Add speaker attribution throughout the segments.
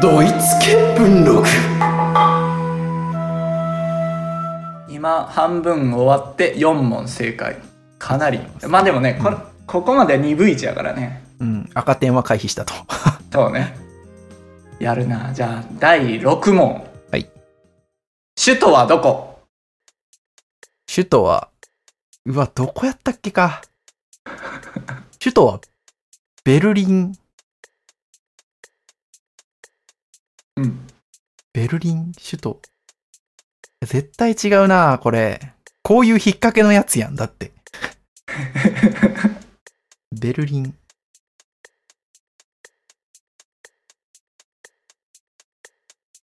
Speaker 1: ドイツ憲文録今半分終わって4問正解かなりまあでもねこれ、ここまで鈍いちやからね
Speaker 2: うん、赤点は回避したと。
Speaker 1: そうねやるなじゃあ第6問
Speaker 2: はい
Speaker 1: 首都はどこ
Speaker 2: 首都は、うわ、どこやったっけか。首都は、ベルリン、
Speaker 1: うん
Speaker 2: ベルリン、首都。絶対違うなこれ。こういう引っ掛けのやつやん、だって。ベルリン。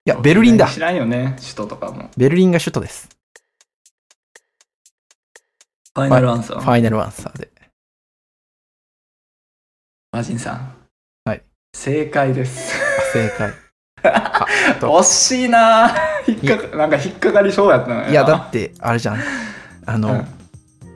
Speaker 2: いや、ベルリンだ。
Speaker 1: 知らんよね首都とかも
Speaker 2: ベルリンが首都です。
Speaker 1: ファイナルアンサー、
Speaker 2: ファイナルアンサーで。
Speaker 1: マジンさん
Speaker 2: はい
Speaker 1: 正解です
Speaker 2: あ正解。 と
Speaker 1: 惜しいな引っかかなんか引っかかりそうやったのよない
Speaker 2: や、だって、あれじゃん。あの、
Speaker 1: うん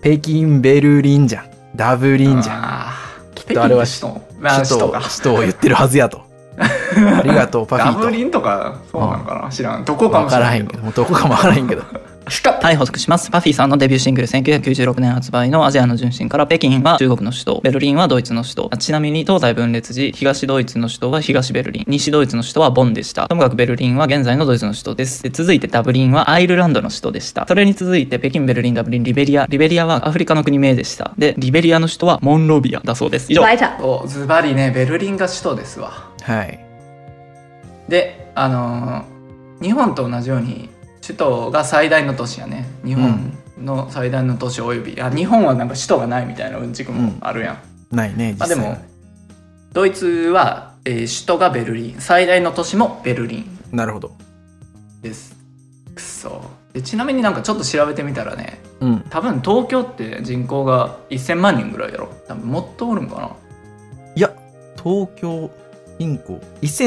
Speaker 2: 北京、ベルリンじゃん。ダブリンじゃん。
Speaker 1: ゃんきっ
Speaker 2: とあれは
Speaker 1: 首都まあ
Speaker 2: 首
Speaker 1: 首
Speaker 2: 都
Speaker 1: 都
Speaker 2: を、
Speaker 1: か
Speaker 2: 首都を言ってるはずやと。ありがとう、パフ
Speaker 1: ダ
Speaker 2: ィ
Speaker 1: ブ
Speaker 2: ー。
Speaker 1: リンとかそうなんかな知らんどことか
Speaker 2: わ
Speaker 1: もしれ
Speaker 2: から
Speaker 1: な
Speaker 2: へ
Speaker 1: い
Speaker 2: ん
Speaker 1: け
Speaker 2: け
Speaker 1: ど
Speaker 2: ど、もうどこかもわからへ んけど。
Speaker 1: 首都
Speaker 3: 逮捕します。パフィーさんのデビューシングル1996年発売のアジアの純真から北京は中国の首都、ベルリンはドイツの首都。あちなみに東西分裂時、東ドイツの首都は東ベルリン、西ドイツの首都はボンでした。ともかくベルリンは現在のドイツの首都です。で続いてダブリンはアイルランドの首都でした。それに続いて北京、ベルリン、ダブリン、リベリア。リベリアはアフリカの国名でした。で、リベリアの首都はモンロビアだそうです。以上。
Speaker 4: Weiter.
Speaker 1: おズバリねベルリンが首都ですわ
Speaker 2: はい。
Speaker 1: であのー日本と同じように首都が最大の都市やね日本の最大の都市および、あ日本はなんか首都がないみたいなうんちくもあるやん、
Speaker 2: ないね、
Speaker 1: ま
Speaker 2: 実
Speaker 1: あで
Speaker 2: 際。
Speaker 1: もドイツは、えー首都がベルリン最大の都市もベルリン
Speaker 2: なるほど。
Speaker 1: ですくそでちなみになんかちょっと調べてみたらね
Speaker 2: うん。
Speaker 1: 多分東京って人口が1000万人ぐらいやろ多分もっとおるんか
Speaker 2: いや、東京、人口、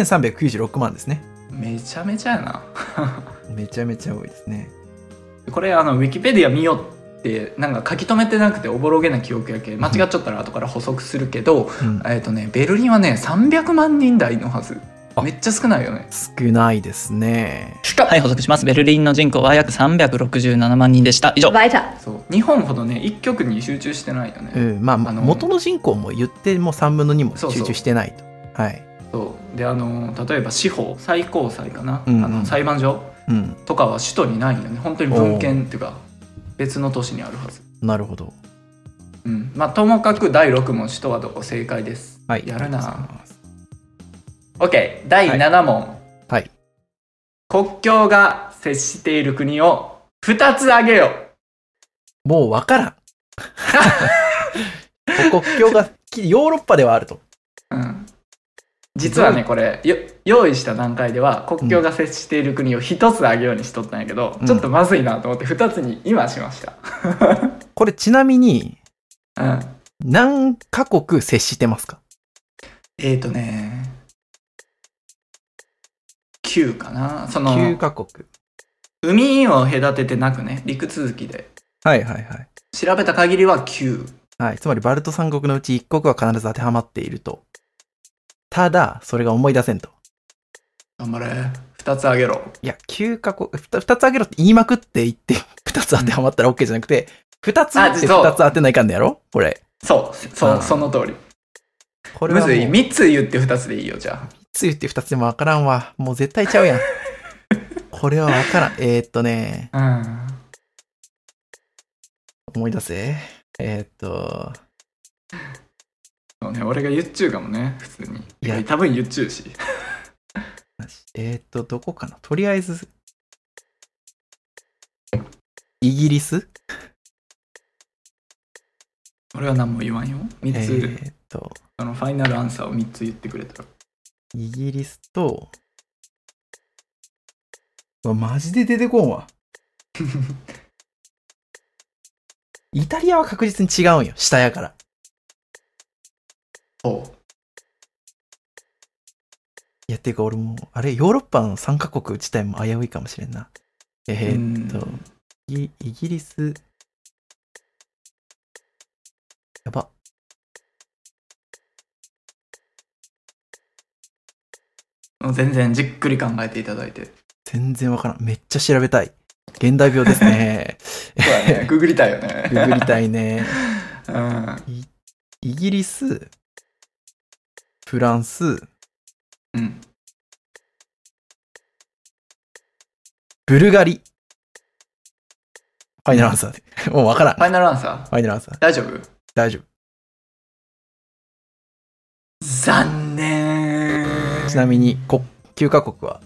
Speaker 2: 1396万ですね。
Speaker 1: なめちゃめちゃやな
Speaker 2: めちゃめちゃ多いですね。
Speaker 1: これあのウィキペディア見よってなんか書き留めてなくておぼろげな記憶やけ間違っちゃったら後から補足するけど、
Speaker 2: うん。
Speaker 1: えっ、とねベルリンはね300万人台のはず
Speaker 2: あ
Speaker 1: めっちゃ少ないよね
Speaker 2: 少ないですね。
Speaker 3: はい、補足します。ベルリンの人口は約367万人でした。以上。
Speaker 4: Weiter.
Speaker 1: そう日本ほどね一極に集中してないよね、
Speaker 2: うん、まあ、
Speaker 1: あの
Speaker 2: 元の人口も言ってもう3分の2も
Speaker 1: そうそう
Speaker 2: 集中してないと。はい。
Speaker 1: そうであの例えば司法最高裁かな、
Speaker 2: うんうん
Speaker 1: あの裁判所
Speaker 2: うん。
Speaker 1: とかは首都にないよね本当に文献っていうか別の都市にあるはず
Speaker 2: なるほど。
Speaker 1: うんまあともかく第6問首都はどこ正解です
Speaker 2: はい。
Speaker 1: やる
Speaker 2: ありがとうござい
Speaker 1: な
Speaker 2: ます。
Speaker 1: OK 第7問、
Speaker 2: はい。
Speaker 1: 国境が接している国を2つ挙げよ
Speaker 2: もうわからん。 国境がきヨーロッパではあると。
Speaker 1: う、うん、実はねこれよ用意した段階では国境が接している国を1つ挙げようにしとったんやけど、
Speaker 2: うん
Speaker 1: ちょっとまずいなと思って2つに今しました、
Speaker 2: これちなみに
Speaker 1: うん、
Speaker 2: 何カ国接してますか
Speaker 1: えーとね9かなその
Speaker 2: ?9 カ国。
Speaker 1: 海を隔ててなくね陸続きで
Speaker 2: はいはいはい。
Speaker 1: 調べた限りは9
Speaker 2: はい。つまりバルト三国のうち1国は必ず当てはまっていると。ただ、それが思い出せんと。
Speaker 1: 頑張れ2つ挙げろ
Speaker 2: いや、9カ国、2, つあげろって言いまくって言って、2つ当てはまったら OK じゃなくて、2つ
Speaker 1: あ
Speaker 2: って
Speaker 1: そう
Speaker 2: 2つ当てないかんのやろこれ。
Speaker 1: そう
Speaker 2: あー
Speaker 1: そその通り
Speaker 2: これ
Speaker 1: む
Speaker 2: はもう
Speaker 1: ずい
Speaker 2: 3
Speaker 1: 3つ言って2つでいいよじゃあ
Speaker 2: つ言って2つでもわからんわ。もう絶対ちゃ うやん。これはわからん。えー、っとね、
Speaker 1: うん
Speaker 2: 思い出せ。えー、っと、
Speaker 1: そうね、俺が言っちゅうかもね、普通に。
Speaker 2: い
Speaker 1: い
Speaker 2: や
Speaker 1: や、多分言っちゅうし。
Speaker 2: えー、っと、どこかなとりあえず、イギリス
Speaker 1: 俺は何も言わんよ。
Speaker 2: え
Speaker 1: 3つ、
Speaker 2: ー、っと、
Speaker 1: あのファイナルアンサーを3つ言ってくれたら。
Speaker 2: イギリスと、うわ、マジで出てこんわ。 イタリアは確実に違うんよ。下やから。
Speaker 1: お
Speaker 2: いや、っていうか俺もう、あれ、ヨーロッパの3カ国自体も危ういかもしれんな。
Speaker 1: え
Speaker 2: えー、っと、イイギリス。やば。
Speaker 1: もう全然じっくり考えていただいて。
Speaker 2: 全然わからん。めっちゃ調べたい。現代病で すね。
Speaker 1: そうだね。ググりたいよ
Speaker 2: ググ
Speaker 1: ね。
Speaker 2: りたいね。
Speaker 1: うん。
Speaker 2: イギリス、フランス、
Speaker 1: うん。
Speaker 2: ブルガリ。ファイナルアンサーで。もうわからん。
Speaker 1: ファイナルアンサー
Speaker 2: ファイナルアンサー。
Speaker 1: 大丈夫
Speaker 2: 大丈
Speaker 1: 残念
Speaker 2: 夫。ちなみに、こ9カ国は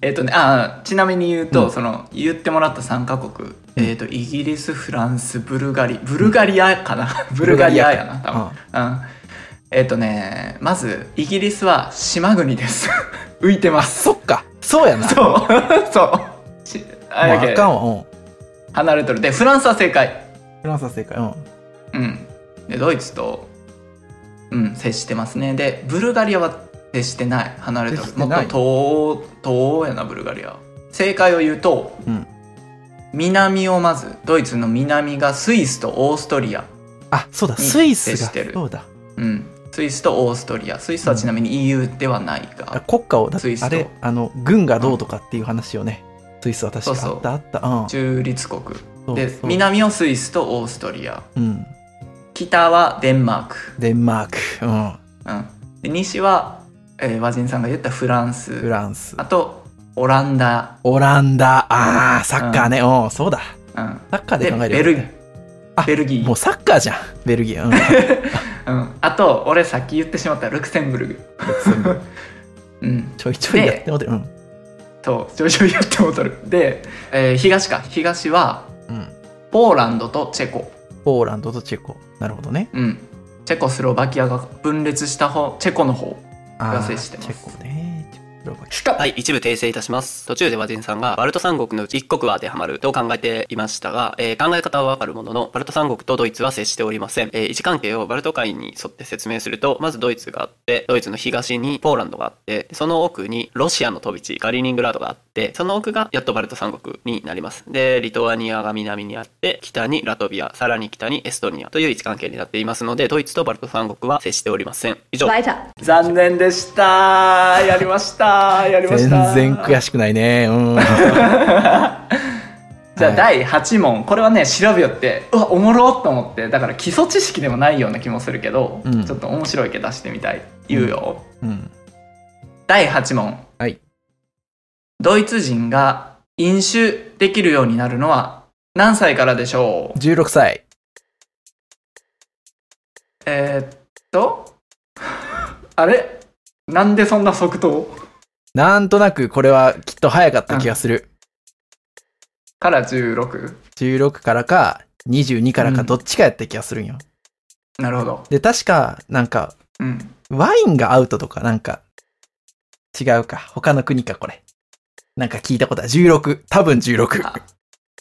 Speaker 1: えっ、とねあーちなみに言うと、
Speaker 2: うん
Speaker 1: その言ってもらった3カ国、えっ、とイギリスフランスブルガリブルガリアかな、ブルガリアやな多分、
Speaker 2: あ
Speaker 1: うん、えっ、とねまずイギリスは島国です 浮いてま
Speaker 2: あ、
Speaker 1: す
Speaker 2: そっか。そうやな。
Speaker 1: そう そうしあ
Speaker 2: もう
Speaker 1: れだ
Speaker 2: あ
Speaker 1: け
Speaker 2: かんわ。うん。
Speaker 1: 離れとるでフランスは正解
Speaker 2: フランスは正解。うん。
Speaker 1: うんでドイツとうん接してますねでブルガリアは接してない離れと
Speaker 2: 接し
Speaker 1: る
Speaker 2: てな
Speaker 1: も
Speaker 2: い
Speaker 1: っと東欧東欧やなブルガリア正解を言うと
Speaker 2: うん。
Speaker 1: 南をまずドイツの南がスイスとオーストリア、
Speaker 2: あ、そうだ。
Speaker 1: に
Speaker 2: スイス
Speaker 1: 接して
Speaker 2: が。
Speaker 1: る
Speaker 2: そうだ。
Speaker 1: うん、スイスとオーストリアスイスはちなみに EU ではない
Speaker 2: あ
Speaker 1: が、
Speaker 2: 国家を、だっ
Speaker 1: ス
Speaker 2: て
Speaker 1: イスと
Speaker 2: あれ、あの、軍がどうとかっていう話をね、スイスは確か
Speaker 1: そうそう
Speaker 2: あったあった。うん。
Speaker 1: 中立国
Speaker 2: そう
Speaker 1: で
Speaker 2: そう
Speaker 1: 南をスイスとオーストリア
Speaker 2: うん。
Speaker 1: 北はデンマーク、
Speaker 2: デンマーク、う
Speaker 1: うん、で西は、えー和人さんが言ったフランス
Speaker 2: ん。フランス
Speaker 1: あ。とオランダ、
Speaker 2: オランダ。ああ、サッカーね。うん、そうだ。
Speaker 1: うん、
Speaker 2: サッカーで
Speaker 1: で
Speaker 2: 考える
Speaker 1: ベルギ
Speaker 2: あ
Speaker 1: ベルギ
Speaker 2: も
Speaker 1: ー
Speaker 2: う、サッカーじゃん。ベルギ ー。うん。
Speaker 1: うん、あと俺さっき言ってしまったルクセンブルグ、
Speaker 2: 全部
Speaker 1: うん、
Speaker 2: ちょいちょいやってもうてる。うん。
Speaker 1: と徐々にやってもうとるで、えー東か東は
Speaker 2: うん。
Speaker 1: ポーランドとチェコ、
Speaker 2: ポーランドとチェコ。なるほどね。
Speaker 1: うん、チェコスロバキアが分裂した方チェコの方
Speaker 2: あ
Speaker 1: が制
Speaker 2: ー
Speaker 1: してます
Speaker 2: チェコね。チェコスロバキ
Speaker 4: はい、一部訂正いたします。途中で和人さんが、バルト三国のうち一国は当てはまると考えていましたが、えー考え方はわかるものの、バルト三国とドイツは接しておりません。えー位置関係をバルト海に沿って説明すると、まずドイツがあって、ドイツの東にポーランドがあって、その奥にロシアの飛び地、ガリーニングラードがあって、その奥がやっとバルト三国になります。で、リトアニアが南にあって、北にラトビア、さらに北にエストニアという位置関係になっていますので、ドイツとバルト三国は接しておりません。以上。
Speaker 5: Weiter.
Speaker 1: 残念でしたやりましたやりまし
Speaker 2: 全
Speaker 1: た
Speaker 2: 然悔
Speaker 1: しい
Speaker 2: しくないね。うん。
Speaker 1: じゃあ
Speaker 2: はい
Speaker 1: 第8問これはね調べよってうわおもろっと思ってだから基礎知識でもないような気もするけど、
Speaker 2: うん
Speaker 1: ちょっと面白いけ出してみたい言うよ、
Speaker 2: うん。
Speaker 1: 第8問
Speaker 2: はい
Speaker 1: ドイツ人が飲酒できるようになるのは何歳からでしょう
Speaker 2: 16歳。
Speaker 1: えー、っと あれなんでそんな即答
Speaker 2: なんとなくこれはきっと早かった気がする。
Speaker 1: から16
Speaker 2: 16からか、22からか、どっちかやった気がするんよ。
Speaker 1: なるほど
Speaker 2: で、確か、なんか、
Speaker 1: うん
Speaker 2: ワインがアウトとか、なんか、違うか。他の国か、これ。なんか聞いたことは16。多分16。
Speaker 1: あ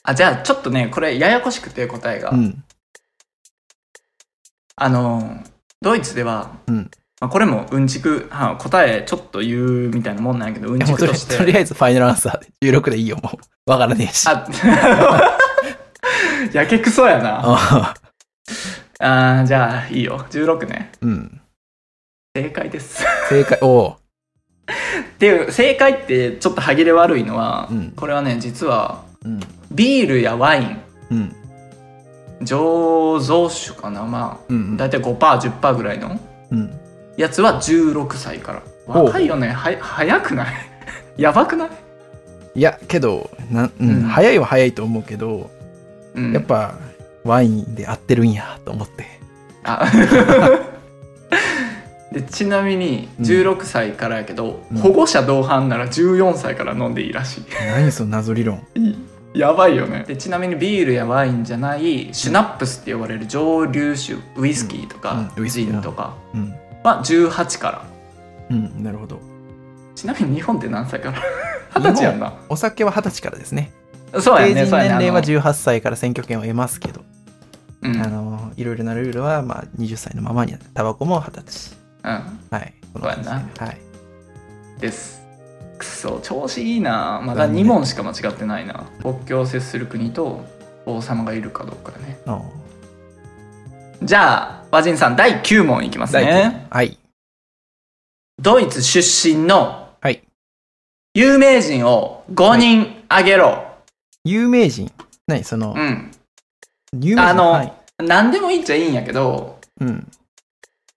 Speaker 1: あじゃあちょっとねこれややこしくて答えが、
Speaker 2: うん。
Speaker 1: あのドイツでは、
Speaker 2: うん
Speaker 1: まあ、これもうんちくは答えちょっと言うみたいなもんなんやけどうん
Speaker 2: いや
Speaker 1: ち
Speaker 2: もう
Speaker 1: く
Speaker 2: とり
Speaker 1: と
Speaker 2: あえ
Speaker 1: し
Speaker 2: ずとり
Speaker 1: て
Speaker 2: あえずファイナルアンサーで。16でいいよ、もう。わからねえし。
Speaker 1: あ やけくそやな
Speaker 2: あ
Speaker 1: あーじゃあいいよ16ね
Speaker 2: うん。
Speaker 1: 正解です
Speaker 2: 正解、おう
Speaker 1: っていう正解ってちょっと歯切れ悪いのは、
Speaker 2: うん
Speaker 1: これはね実は
Speaker 2: うん。
Speaker 1: ビールやワイン
Speaker 2: うん。
Speaker 1: 醸造酒かなまあ、
Speaker 2: うん。
Speaker 1: 大体 5%10% ぐらいの
Speaker 2: うん。
Speaker 1: やつは16歳から
Speaker 2: ほう
Speaker 1: 若いよねは早くない やばくない、
Speaker 2: いや、けど、なん、うん
Speaker 1: うん
Speaker 2: 早いは早いと思うけど、
Speaker 1: うん
Speaker 2: やっぱ、ワインで合ってるんや、と思って。
Speaker 1: あでちなみに
Speaker 2: うん
Speaker 1: 16歳からやけど、
Speaker 2: うん
Speaker 1: 保護者同伴なら14歳から飲んでいいらし
Speaker 2: 何その謎理論。
Speaker 1: いやばいよねでちなみにビールやワインじゃないシュナップスって呼ばれる蒸留酒ウイスキーとか、
Speaker 2: うんうんウイスキ
Speaker 1: ジ
Speaker 2: ーな
Speaker 1: ンとか
Speaker 2: うん。
Speaker 1: は18から
Speaker 2: うん、なるほど。
Speaker 1: ちなみに日本って何歳 から二十歳やんな
Speaker 2: お酒は二十歳からですね。
Speaker 1: そうや
Speaker 2: 成
Speaker 1: ね
Speaker 2: 人
Speaker 1: そう
Speaker 2: 年
Speaker 1: やね
Speaker 2: 齢
Speaker 1: あ
Speaker 2: は
Speaker 1: の
Speaker 2: 18歳から選挙権を得ますけど、
Speaker 1: うん
Speaker 2: あのいろいろなルールは、まあ、20歳のままになってタバコも20歳
Speaker 1: う
Speaker 2: はいこ
Speaker 1: そうやな
Speaker 2: 感じではい
Speaker 1: んですくそ調子いいなまだ2問しか間違ってないな国境を接する国と王様がいるかどうかだね
Speaker 2: あの
Speaker 1: じゃあ和人さん第9問いきます
Speaker 2: 第九
Speaker 1: ね
Speaker 2: はい
Speaker 1: ドイツ出身の
Speaker 2: はい。
Speaker 1: 有名人を5人あげろ。
Speaker 2: 有名人。何その、
Speaker 1: うん。
Speaker 2: 有名人。
Speaker 1: あの
Speaker 2: はい
Speaker 1: 何でもいいっちゃいいんやけど、
Speaker 2: うん。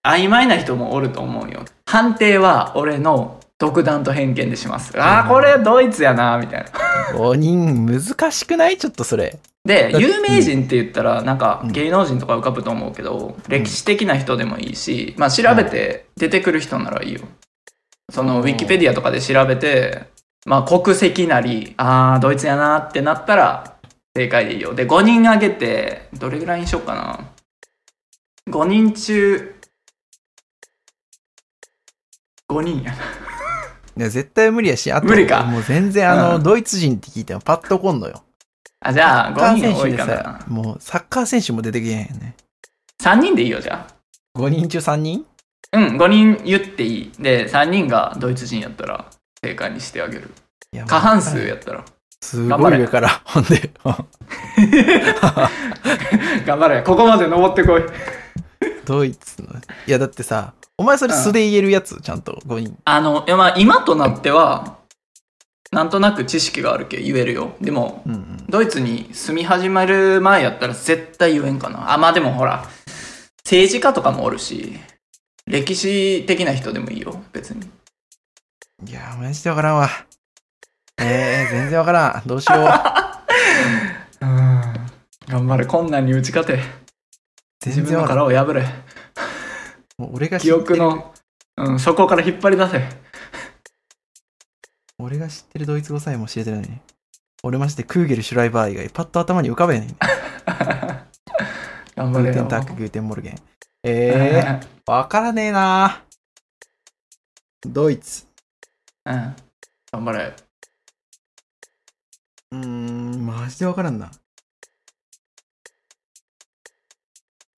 Speaker 1: 曖昧な人もおると思うよ。判定は俺の独断と偏見でします。ああ、これドイツやな、みたいな。
Speaker 2: 5人難しくないちょっとそれ。
Speaker 1: で
Speaker 2: だ、って
Speaker 1: 有名人って言ったら、なんか
Speaker 2: うん
Speaker 1: 芸能人とか浮かぶと思うけど、歴史的な人でもいいし、まあ調べて出てくる人ならいいよ。その、ウィキペディアとかで調べて、まあ国籍なり、ああ、ドイツやなってなったら、正解でいいよ。で、5人挙げて、どれぐらいにしようかな。5人中、5人やな。
Speaker 2: いや絶対無理やし、あと、
Speaker 1: 無理か
Speaker 2: もう全然あの、
Speaker 1: うん
Speaker 2: ドイツ人って聞いてもパッとこんのよ。
Speaker 1: あ、じゃあ、
Speaker 2: サッカ
Speaker 1: 5人
Speaker 2: ー
Speaker 1: 多い
Speaker 2: 選手で
Speaker 1: か
Speaker 2: さ
Speaker 1: な、。
Speaker 2: もうサッカー選手も出てけへんよね。
Speaker 1: 3人でいいよ、じゃあ。
Speaker 2: 5人中3人
Speaker 1: うん、5人言っていい。で、3人がドイツ人やったら正解にしてあげる。
Speaker 2: いや
Speaker 1: 過半数。
Speaker 2: もう
Speaker 1: やったら。
Speaker 2: す
Speaker 1: 頑張
Speaker 2: ごい
Speaker 1: れ
Speaker 2: 上から、ほんで。
Speaker 1: 頑張れ、ここまで登ってこい。
Speaker 2: ドイツの。いや、だってさ、お前それ素で言えるやつ、ちゃんと5人。
Speaker 1: あの、いやまあ、今となっては、なんとなく知識があるけ言えるよ。でも、
Speaker 2: うんうん。
Speaker 1: ドイツに住み始める前やったら絶対言えんかな。あ、まあでもほら、政治家とかもおるし、歴史的な人でもいいよ、別に。
Speaker 2: いや、マジでわからんわ。えー、全然わからん。どうしよう。
Speaker 1: うん、頑張れ、困難に打ち勝て。 自
Speaker 2: 全
Speaker 1: 分
Speaker 2: 然
Speaker 1: の
Speaker 2: わからん。
Speaker 1: 殻を破れ。
Speaker 2: もう俺が知
Speaker 1: 記
Speaker 2: って
Speaker 1: 憶
Speaker 2: る、
Speaker 1: の、うん、そこから引っ張り出せ。
Speaker 2: 俺が知ってるドイツ語さえも知れてるのに。俺ましてクーゲル、シュライバー以外、パッと頭に浮かべへんねん。
Speaker 1: 頑
Speaker 2: グ
Speaker 1: 張れ
Speaker 2: ーテ
Speaker 1: よ
Speaker 2: ン。タック、グーテンモルゲン。えー、わからねえなドイツ。
Speaker 1: うん。頑張れ。
Speaker 2: うーん、マジでわからんな。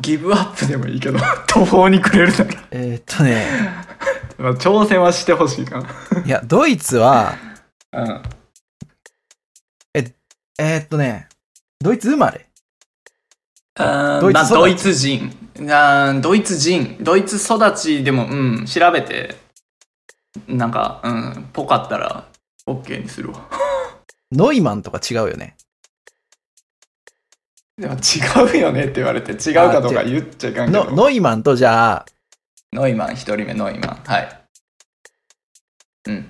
Speaker 1: ギブアップでもいいけど、 途方に暮れるなら
Speaker 2: えー、っ とね、
Speaker 1: まあ。挑戦はしてほしいか
Speaker 2: いや、ドイツは、
Speaker 1: な。うん。
Speaker 2: えー、っとね、ドイツ生まれ。
Speaker 1: ド
Speaker 2: ドイ
Speaker 1: イツ
Speaker 2: ツ
Speaker 1: ドイツ
Speaker 2: 育ち
Speaker 1: 人あードイツ人ドイツ育ちでもうん調べてなんかうんぽかったら OK にするわ
Speaker 2: ノイマンとか違うよね。
Speaker 1: でも違うよねって言われて違うかどうか言っちゃいかんけ
Speaker 2: の
Speaker 1: ど
Speaker 2: ノイマンとじゃあ、
Speaker 1: ノイマン1人目ノイマンはいうん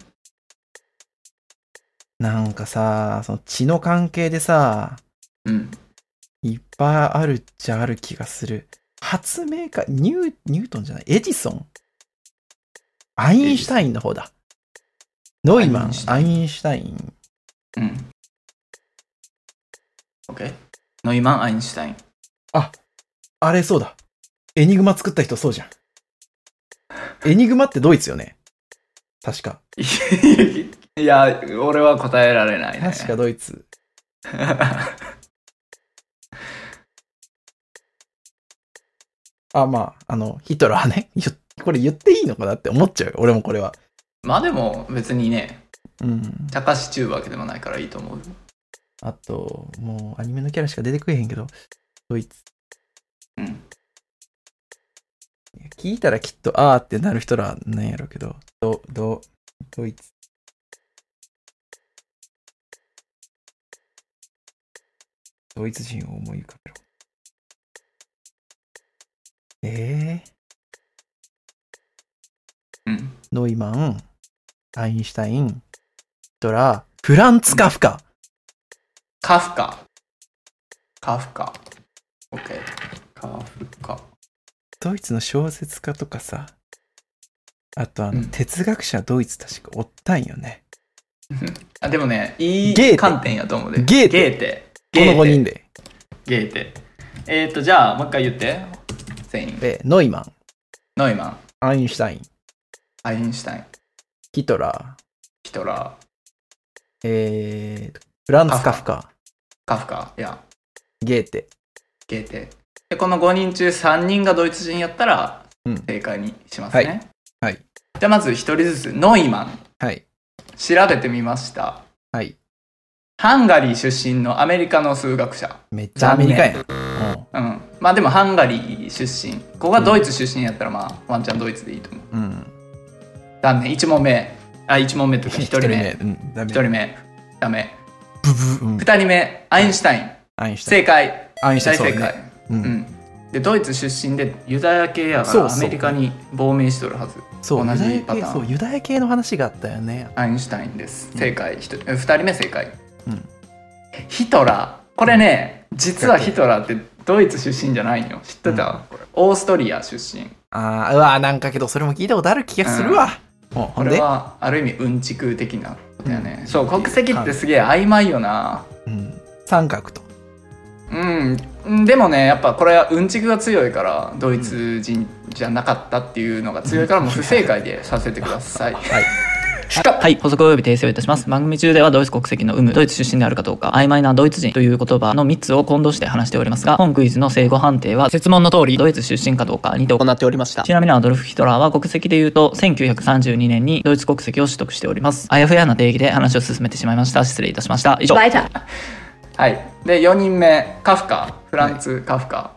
Speaker 2: なんかさ、その血の関係でさ、
Speaker 1: うん
Speaker 2: いっぱいあるっちゃある気がする。発明家、ニュー、ニュートンじゃない、エジソン。アインシュタインの方だ。ノイマン、ア
Speaker 1: ア
Speaker 2: インシュタイン。
Speaker 1: うん OK ノイマンアインシュタイン
Speaker 2: あれそうだ。エニグマ作った人そうじゃん。エニグマってドイツよね。確か。
Speaker 1: いや、俺は答えられない、ね。
Speaker 2: 確かドイツ。あ、まあ、あの、ヒトラーね。 言っこれ言っていいのかなって思っちゃうよ。俺もこれは。
Speaker 1: まあでも、別にね、
Speaker 2: うん。
Speaker 1: 茶化しちゅうわけでもないからいいと思う。
Speaker 2: あと、もうアニメのキャラしか出てくれへんけど、ドイツ。
Speaker 1: うん
Speaker 2: いや聞いたらきっと、あーってなる人らなんやろうけど、ど、ど、ドイツ。ドイツ人を思い浮かべろ。えー、
Speaker 1: うん。
Speaker 2: ノイマン、アインシュタイン、ドラ、フランツ・カフカ。
Speaker 1: カフカ。カフカ。OK。カフカ。
Speaker 2: ドイツの小説家とかさ、あとあの、
Speaker 1: うん
Speaker 2: 哲学者ドイツ確かおったんよね。
Speaker 1: あ、でもね、い
Speaker 2: ゲーテ
Speaker 1: い観点やと思うで。
Speaker 2: ゲーテ
Speaker 1: ゲーテ。
Speaker 2: こ
Speaker 1: ゲー
Speaker 2: の5
Speaker 1: テ
Speaker 2: 人で。
Speaker 1: ゲーテ。えっ、ー、と、じゃあ、もう一回言って。全員。
Speaker 2: えーノイマン、
Speaker 1: ノイマン、
Speaker 2: アインシュタイン、
Speaker 1: アインシュタイン、
Speaker 2: ヒトラー、
Speaker 1: ヒトラー、
Speaker 2: えーと、フランツ・カフカ、
Speaker 1: カフカ。いや、
Speaker 2: ゲーテ。
Speaker 1: ゲーテ。で、この5人中3人がドイツ人やったら
Speaker 2: うん、
Speaker 1: 正解にしますね。
Speaker 2: はいはい
Speaker 1: じゃあ、まず1人ずつ、ノイマン。
Speaker 2: はい。
Speaker 1: 調べてみました
Speaker 2: はい。
Speaker 1: ハンガリー出身のアメリカの数学者
Speaker 2: めっちゃアメリカやん。うん
Speaker 1: うんまあでもハンガリー出身ここがドイツ出身やったらまあワンチャンドイツでいいと思う
Speaker 2: うん。
Speaker 1: ダメ。1問目。あ、1問目 というか1人目。1
Speaker 2: うん、ダメ。
Speaker 1: 人目。ダメ。
Speaker 2: ブブ、うん、
Speaker 1: 2人目、アインシュタイン。
Speaker 2: アインシュタイン。
Speaker 1: 正解。
Speaker 2: アインシュ
Speaker 1: 大
Speaker 2: タイ
Speaker 1: 正
Speaker 2: ン、そうだ
Speaker 1: 解。
Speaker 2: ね。う、
Speaker 1: うんん。で、ドイツ出身でユダヤ系やか
Speaker 2: そう
Speaker 1: ら
Speaker 2: そ
Speaker 1: ア
Speaker 2: う
Speaker 1: メリカに亡命しとるはず。
Speaker 2: そう、
Speaker 1: 同
Speaker 2: ユ
Speaker 1: じ
Speaker 2: ダヤ
Speaker 1: パタ
Speaker 2: 系、
Speaker 1: ーン
Speaker 2: そう、ユダヤ系の話があったよね。
Speaker 1: アインシュタインです。正解。一人え二人目正解。
Speaker 2: うん
Speaker 1: ヒトラー。これね、実はヒトラーってドイツ出身じゃないんよ。知ってた、これオーストリア出身。
Speaker 2: ああ、うわー、なんかけど、それも聞いたことある気がするわ。うん、ほ
Speaker 1: こ
Speaker 2: ん
Speaker 1: れ
Speaker 2: で、
Speaker 1: はある意味うんちく的なことやね。
Speaker 2: うん
Speaker 1: そう、国籍ってすげえ曖昧よな。
Speaker 2: うん、三角と。
Speaker 1: うんうん、でもねやっぱこれはうんちくが強いからドイツ人じゃなかったっていうのが強いからもう不正解でさせてください
Speaker 2: はい。
Speaker 3: はい、補足及び訂正をいたします。番組中ではドイツ国籍の有無、ドイツ出身であるかどうか、曖昧なドイツ人という言葉の3つを混同して話しておりますが、本クイズの正誤判定は、説問の通り、ドイツ出身かどうかにて行
Speaker 4: 行っておりました
Speaker 3: ちなみにアドルフ・ヒトラーは国籍で言うと、1932年にドイツ国籍を取得しております。あやふやな定義で話を進めてしまいました。失礼いたしました。以上。
Speaker 5: Weiter.
Speaker 1: はいで4人目カフカフランツ・カフカ、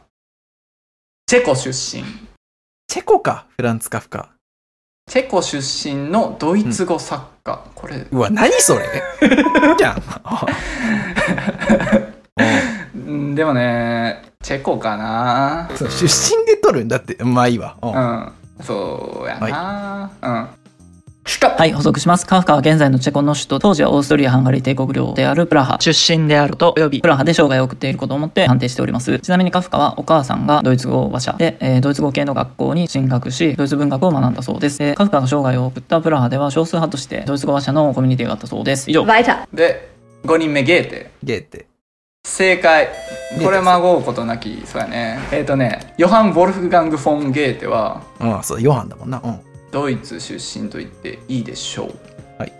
Speaker 1: チェコ出身
Speaker 2: チェコか、フランツカフカ。
Speaker 1: チェコ出身のドイツ語作家、これ
Speaker 2: うわ、何 それじゃん。
Speaker 1: うんでもねチェコかな
Speaker 2: そう出身で取るんだって、まあいいわ。うん
Speaker 1: うんそうやな、うんしか
Speaker 3: はい、補足します。カフカは現在のチェコの首都、当時はオーストリア・ハンガリー帝国領であるプラハ出身であると、及びプラハで生涯を送っていることをもって判定しております。ちなみにカフカはお母さんがドイツ語話者で、えードイツ語系の学校に進学し、ドイツ文学を学んだそうです。えーカフカが生涯を送ったプラハでは少数派としてドイツ語話者のコミュニティがあったそうです。以上。
Speaker 5: Weiter.
Speaker 1: で5人目ゲーテ
Speaker 2: ゲーって。
Speaker 1: 正解
Speaker 2: ゲーテ
Speaker 1: これ孫うことなきそうやねえっ、とねヨハン・ボルフガング・フォン・ゲーテは
Speaker 2: うん、そう、ヨハンだもんな。うん。
Speaker 1: ドイツ出身と言っていいでしょう
Speaker 2: はい、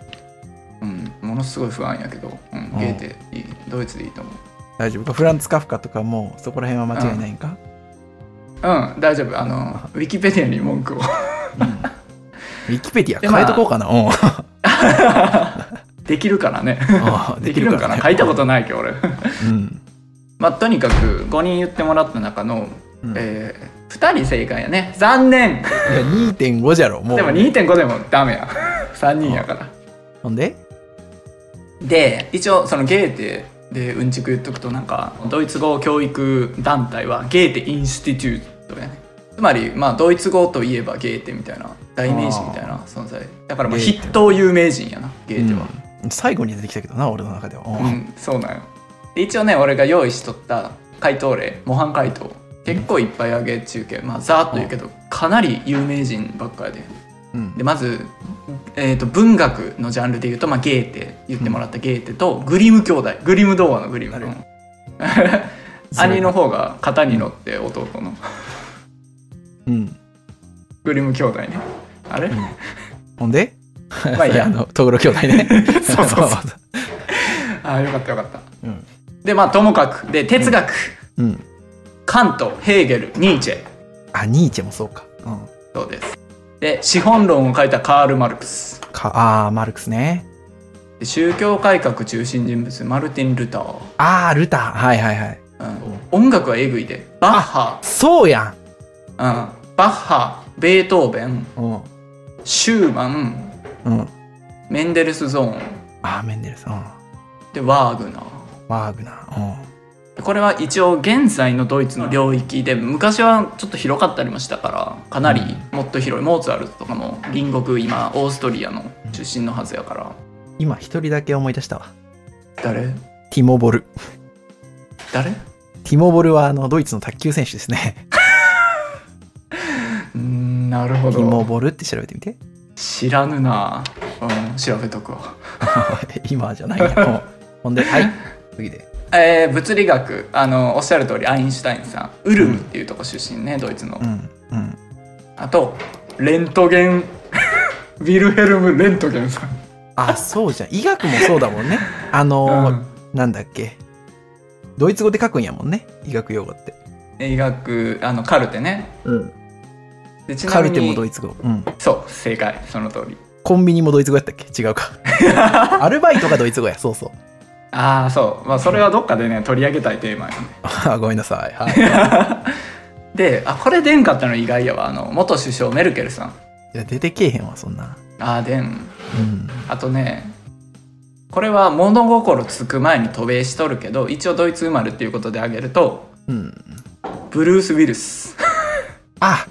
Speaker 1: うん、ものすごい不安やけど、うん、ゲーテいいドイツでいいと思う
Speaker 2: 大丈夫かフランツカフカとかもうそこら辺は間違いないんか、
Speaker 1: うん大丈夫あ のウィキペディアに文句を
Speaker 2: ウィキペディア
Speaker 1: でまあ
Speaker 2: 変えとこうかな、うん
Speaker 1: できるからね
Speaker 2: あー
Speaker 1: できるんかな書いたことないけど俺
Speaker 2: うん
Speaker 1: まあとにかく5人言ってもらった中の、
Speaker 2: うん
Speaker 1: え2人正解やね残念
Speaker 2: いや2.5じゃろもう
Speaker 1: でも2.5でもダメや3 人やから
Speaker 2: ほんで
Speaker 1: で一応そのゲーテでうんちく言っとくとなんかドイツ語教育団体はゲーテインスティテュートやねつまりまあドイツ語といえばゲーテみたいな代名詞みたいな存在だからもう
Speaker 2: ゲーテ
Speaker 1: 筆頭有名人やなゲーテは、
Speaker 2: うん最後に出てきたけどな俺の中では、
Speaker 1: うんそうなんよで一応ね俺が用意しとった回答例模範回答結構いっぱいあげ中継まあざーっと言うけどかなり有名人ばっかりで
Speaker 2: うん
Speaker 1: でまず、えー、と文学のジャンルで言うと、まあ、ゲーテ言ってもらったゲーテとグリム兄弟グリム童話のグリム
Speaker 2: 誰
Speaker 1: 君 兄の方が型に乗って弟の
Speaker 2: うん
Speaker 1: グリム兄弟ねあ れ、
Speaker 2: ほんで
Speaker 1: まあいいや
Speaker 2: あのトグロ兄弟ね
Speaker 1: そうそうそうああよかったよかった
Speaker 2: うん
Speaker 1: でまあともかくで哲学、
Speaker 2: うん
Speaker 1: カントヘーゲルニーチェ
Speaker 2: あニーチェもそうか、うん、
Speaker 1: そうですで資本論を書いたカール・マルクス
Speaker 2: かあーマルクスね
Speaker 1: で宗教改革中心人物マルティン・ルター、
Speaker 2: あールターはいはいはい
Speaker 1: うん、音楽はえぐいでバッハ、
Speaker 2: そうや
Speaker 1: うん、バッハベートーベン
Speaker 2: んうん
Speaker 1: シューマン
Speaker 2: うん
Speaker 1: メンデルスゾーン
Speaker 2: あーメンデルスうん
Speaker 1: でワーグナー
Speaker 2: ワーグナー
Speaker 1: これは一応現在のドイツの領域で昔はちょっと広かったりもしたからかなりもっと広いモーツァルトとかも隣国今オーストリアの出身のはずやから
Speaker 2: うん今一人だけ思い出したわ
Speaker 1: 誰
Speaker 2: ティモボル
Speaker 1: 誰
Speaker 2: ティモボルはあのドイツの卓球選手ですね。
Speaker 1: うんなるほ
Speaker 2: ティモ
Speaker 1: ど
Speaker 2: ボルって調べてみて。
Speaker 1: 知らぬなうん調べとくわ
Speaker 2: 今じゃないや。もうほんで、はい。次で。
Speaker 1: えー物理学あのおっしゃる通りアインシュタインさんウルムっていうとこ出身ねドイツの
Speaker 2: うん。うん。
Speaker 1: あとレントゲン ヴィルヘルム・レントゲンさん
Speaker 2: あ、そうじゃん。医学もそうだもんね。あのー、なんだっけ。ドイツ語で書くんやもんね。医学用語って。
Speaker 1: 医学あのカルテね
Speaker 2: うん。
Speaker 1: でち
Speaker 2: カ
Speaker 1: なみに
Speaker 2: ルテもドイツ語。うん。
Speaker 1: そう正解その通り
Speaker 2: コンビニもドイツ語やったっけ違う か。アルバイトがドイツ語や。そうそう。
Speaker 1: ああそうまあそれはどっかでね取り上げたいテーマよね
Speaker 2: あごめんなさい。はい。
Speaker 1: であこれ出んかったの意外やわあの元首相メルケルさん
Speaker 2: いや、出てけえへんわ、そんな。
Speaker 1: アーデン
Speaker 2: うん。
Speaker 1: あとねこれは物心つく前に渡米しとるけど一応ドイツ生まれっていうことで挙げると
Speaker 2: うん。
Speaker 1: ブルース・ウィルス
Speaker 2: あ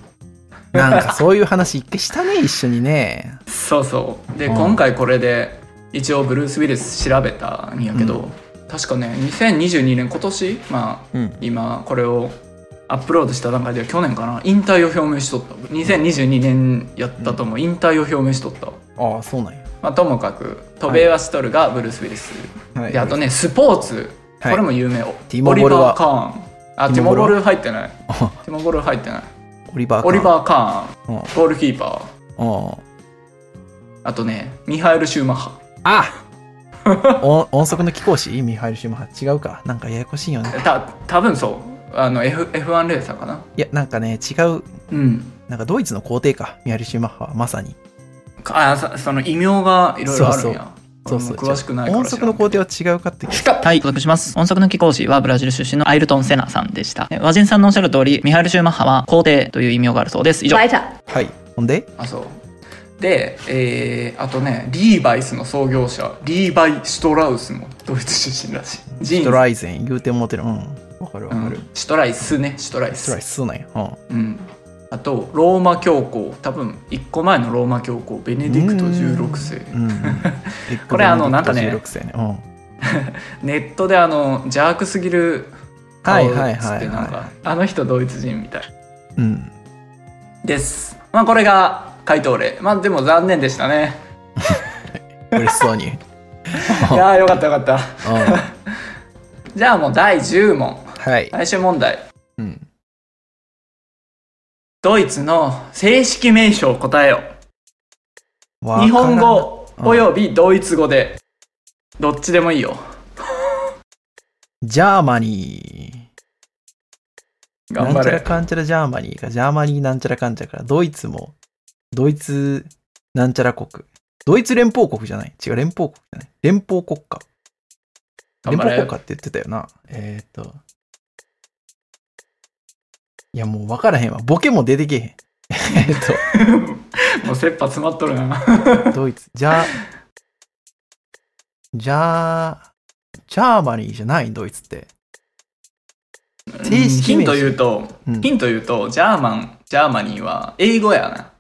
Speaker 2: なんかそういう話一回したね、一緒にね。
Speaker 1: そうそうで、
Speaker 2: うん
Speaker 1: 今回これで一応ブルース・ウィルス調べたんやけど、
Speaker 2: う
Speaker 1: 確かね2022年今年まあ
Speaker 2: うん。
Speaker 1: 今これをアップロードした段階では去年かな引退を表明しとった2022年やったとも引退を表明しとった、
Speaker 2: ああ、そうなんや。
Speaker 1: まあ、ともかく渡米はしとるがブルース・ウィルス、
Speaker 2: は
Speaker 1: であとねスポーツこ
Speaker 2: はい
Speaker 1: れも有名、
Speaker 2: ティモ
Speaker 1: オリ
Speaker 2: ボル
Speaker 1: バ
Speaker 2: は
Speaker 1: ー・カーンあテ
Speaker 2: テ
Speaker 1: ィ
Speaker 2: ィ
Speaker 1: モ
Speaker 2: モ
Speaker 1: ボ
Speaker 2: ボル
Speaker 1: ル入ってない
Speaker 2: あ
Speaker 1: ティモボル入ってない
Speaker 2: オリバーか。
Speaker 1: オリバー・カー
Speaker 2: うん。あ
Speaker 1: ンゴールキーパー
Speaker 2: あ。
Speaker 1: あとねミハエル・シューマッハ
Speaker 2: あ音音速の貴公子ミハイル・シュマハ違うかなんかややこしいよね
Speaker 1: た多分そうあの、F、F1 レーサーかない
Speaker 2: やなんかね違う
Speaker 1: うん
Speaker 2: なんかドイツの皇帝かミハイル・シュマッハはまさに
Speaker 1: あそその異名がいろいろあるんや
Speaker 2: そうそう
Speaker 1: 俺も詳しくないから
Speaker 2: 音速の皇帝は違うかって
Speaker 3: はい、届します。音速の貴公子はブラジル出身のアイルトン・セナさんでした。え和人さんのおっしゃる通り、ミハイル・シューマッハは皇帝という異名があるそうです。以上。
Speaker 5: Weiter.
Speaker 2: はいほんで
Speaker 1: あそうで、えーあとねリーバイスの創業者リーバイ・シュトラウスもドイツ出身らしいジーン
Speaker 2: ス
Speaker 1: ズ
Speaker 2: トライゼン言うてもうてるうんわかるわ
Speaker 1: う
Speaker 2: かる、
Speaker 1: んシュトライスねシュトライ
Speaker 2: スト
Speaker 1: ス
Speaker 2: ライスそうなんや、う
Speaker 1: うんあとローマ教皇多分1個前のローマ教皇ベネディクト16世
Speaker 2: んうん、
Speaker 1: これあのなんかね
Speaker 2: 16世ね、うん、
Speaker 1: ネットであの邪悪すぎる顔
Speaker 2: はいはい
Speaker 1: っつ
Speaker 2: は
Speaker 1: っ
Speaker 2: い
Speaker 1: てなんか
Speaker 2: は
Speaker 1: あの人ドイツ人みたい
Speaker 2: い、うん、
Speaker 1: ですまあこれが回答例まあでも残念でしたね
Speaker 2: 嬉しそうに、うん、
Speaker 1: いやーよかったよかった
Speaker 2: は
Speaker 1: じゃあもう第10問
Speaker 2: い、
Speaker 1: 最終問題
Speaker 2: うん、
Speaker 1: ドイツの正式名称を答えよ
Speaker 2: わからん
Speaker 1: 日本語およびドイツ語でどっちでもいいよ
Speaker 2: ジャーマニー
Speaker 1: 頑張
Speaker 2: なんちゃら
Speaker 1: れ
Speaker 2: かんちゃらジャーマニーか、ジャーマニーなんちゃらかんちゃらから、ドイツも、ドイツなんちゃら国。ドイツ連邦国じゃない。違う、連邦国じゃない。連邦国家。
Speaker 1: 頑
Speaker 2: 連
Speaker 1: 張
Speaker 2: 邦
Speaker 1: れ
Speaker 2: 国家って言ってたよな。えーっと。いや、もう分からへんわ。ボケも出てけへん。えーっ
Speaker 1: もう切羽詰まっとるな
Speaker 2: と、ドイツ、ジャー、ジャー、ジャーマニーじゃない、ドイツって。正
Speaker 1: ヒ
Speaker 2: 式
Speaker 1: ン
Speaker 2: 名
Speaker 1: ト
Speaker 2: 称
Speaker 1: 言うと、
Speaker 2: うん
Speaker 1: ヒント言うと、ジャーマン、ジャーマニーは英語やな。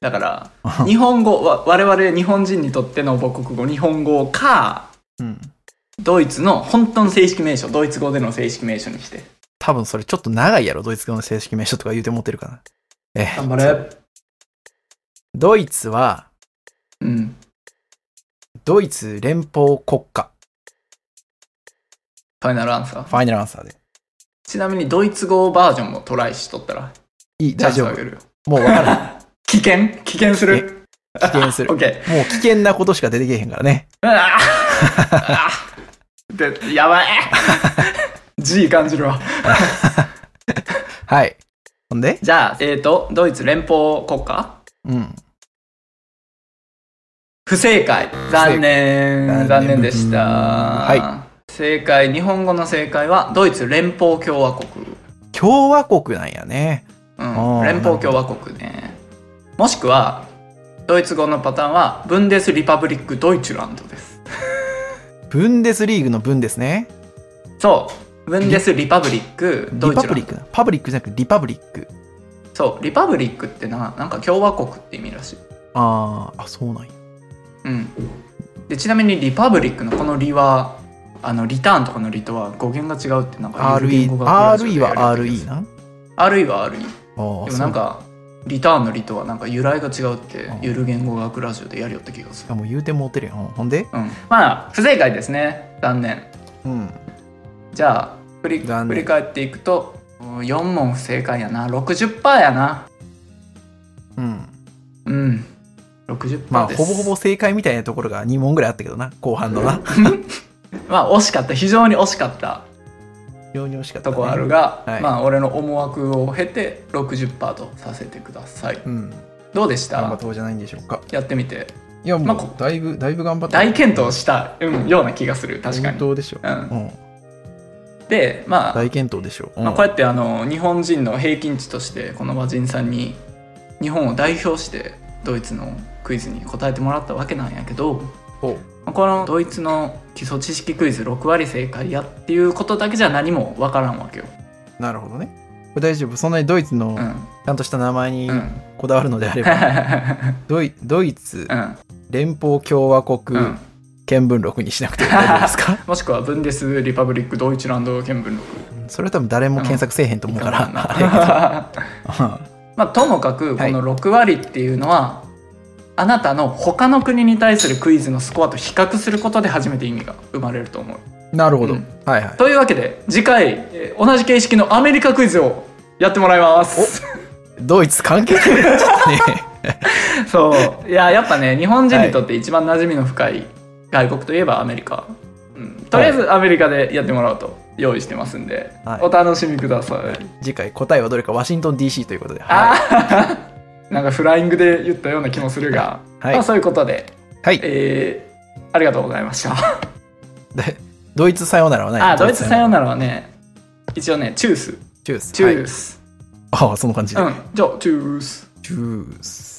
Speaker 1: だから、日本語、わ我々日本人にとっての母国語、日本語か、
Speaker 2: うん。
Speaker 1: ドイツの本当の正式名称、ドイツ語での正式名称にして。
Speaker 2: 多分それちょっと長いやろ、ドイツ語の正式名称とか言うて持ってるから。えー
Speaker 1: 頑張れ。
Speaker 2: ドイツは、
Speaker 1: うん。
Speaker 2: ドイツ連邦国家。
Speaker 1: ファイナルアンサー。
Speaker 2: ファイナルアンサーで。
Speaker 1: ちなみにドイツ語バージョンもトライしとったら、
Speaker 2: いい、
Speaker 1: チャン
Speaker 2: 大
Speaker 1: ス
Speaker 2: 丈
Speaker 1: あ
Speaker 2: 夫。
Speaker 1: げるよ。
Speaker 2: もう分からん。
Speaker 1: 危険危険する
Speaker 2: 危険す る。
Speaker 1: オッ
Speaker 2: もう
Speaker 1: ケー。
Speaker 2: 危険なことしか出てけえへんからね。
Speaker 1: うわああ でやばい G 感じるわ。
Speaker 2: はい。ほんで
Speaker 1: じゃあ、えーと、ドイツ連邦国家
Speaker 2: うん。
Speaker 1: 不正解残念残
Speaker 2: 残念
Speaker 1: 念でした
Speaker 2: は
Speaker 1: 正解日本語の正解はドイツ連邦共和国、
Speaker 2: 共和国なんやね。
Speaker 1: うん、
Speaker 2: ー
Speaker 1: 連邦共和国ねもしくはドイツ語のパターンはブンデスリパブリックドイツランドです
Speaker 2: ブンデスリーグの分ですね。
Speaker 1: そうブンデスリパブリック
Speaker 2: リ
Speaker 1: ドイ
Speaker 2: パ
Speaker 1: ツラ
Speaker 2: ブ
Speaker 1: ン
Speaker 2: リッ
Speaker 1: ド
Speaker 2: クな。パブリックじゃなくてリパブリック。
Speaker 1: そうリパブリックってななんか共和国って意味らしい、
Speaker 2: あー、あ、そうなんや。
Speaker 1: うん、でちなみにリパブリックのこの「リ」はあのリターンとかの「リ」とは語源が違うってなんか
Speaker 2: RE、RE は RE
Speaker 1: な
Speaker 2: な。
Speaker 1: RE は RE
Speaker 2: あー
Speaker 1: でもなん、かリターンの「リ」とはなんか由来が違うって
Speaker 2: うん
Speaker 1: ゆる言語学ラジオでやりよった気がす
Speaker 2: そ
Speaker 1: る、
Speaker 2: うかもう言うてもうてるやん。うんほんで
Speaker 1: うん、まあ不正解ですね残念
Speaker 2: うん。
Speaker 1: じゃあ振り
Speaker 2: 残
Speaker 1: 振
Speaker 2: 念
Speaker 1: り返っていくと4問不正解やな60%やな
Speaker 2: うん。
Speaker 1: うん60%です
Speaker 2: まあ、ほぼほぼ正解みたいなところが2問ぐらいあったけどな。後半のな。
Speaker 1: まあ惜しかった非常に惜しかった
Speaker 2: 非常に惜しかった、
Speaker 1: と
Speaker 2: ね。
Speaker 1: こあるが、
Speaker 2: はい
Speaker 1: まあ俺の思惑を経て60%とさせてください
Speaker 2: うん。
Speaker 1: どうでし
Speaker 2: 頑張
Speaker 1: た
Speaker 2: ったじゃないんでしょうか。
Speaker 1: やってみて
Speaker 2: いや、
Speaker 1: まあ
Speaker 2: も
Speaker 1: こ
Speaker 2: う、だいぶ、だいぶ頑張った。
Speaker 1: 大健闘した、うん、ような気がする確か
Speaker 2: 本
Speaker 1: に、
Speaker 2: 当でしょ。
Speaker 1: う、
Speaker 2: うんん。
Speaker 1: でまあ
Speaker 2: 大健闘でしょう。
Speaker 1: まあ、こうやってあの日本人の平均値としてこの和人さんに日本を代表してドイツのクイズに答えてもらったわけなんやけど
Speaker 2: ほう
Speaker 1: このドイツの基礎知識クイズ6割正解やっていうことだけじゃ何もわからんわけよ。
Speaker 2: なるほどね。これ大丈夫。そんなにドイツ
Speaker 1: う
Speaker 2: の
Speaker 1: ん
Speaker 2: ちゃんとした名前に
Speaker 1: うん
Speaker 2: こだわるのであれば、ドイドイ ツ
Speaker 1: うん
Speaker 2: 連邦共和国
Speaker 1: うん
Speaker 2: 見聞録にしなくても大丈夫ですか
Speaker 1: もしくはブンデスリパブリックドイツランド見聞録
Speaker 2: うんそれは多分誰も検索せえへんと思うから、あれやけど
Speaker 1: まあ、ともかくこ
Speaker 2: はい
Speaker 1: の6割っていうのは、あなたの他の国に対するクイズのスコアと比較することで初めて意味が生まれると思う。
Speaker 2: うん なるほど。
Speaker 1: うん
Speaker 2: はいはい。
Speaker 1: というわけで次回えー同じ形式のアメリカクイズをやってもらいます。
Speaker 2: ドイツ関係ないちょっとね。
Speaker 1: そういややっぱね日本人にとって一番馴染みの深い外国といえばアメリカ、うん、とりあえずアメリカでやってもらおうと用意してますんで、
Speaker 2: はい
Speaker 1: お楽しみください。
Speaker 2: 次回答えはどれかワシントン DC ということで。は
Speaker 1: あー なんかフライングで言ったような気もするが、
Speaker 2: はい
Speaker 1: まあ、そういうことで、
Speaker 2: はい
Speaker 1: えーありがとうございました。
Speaker 2: いでドイツさようならはない。
Speaker 1: あドイツさよう
Speaker 2: な
Speaker 1: ならはね一応ねチュース
Speaker 2: ら。チュース。
Speaker 1: チュ
Speaker 2: は
Speaker 1: ー
Speaker 2: い
Speaker 1: ス、
Speaker 2: ああ、その感じで。
Speaker 1: うんじゃあチュース
Speaker 2: チュース。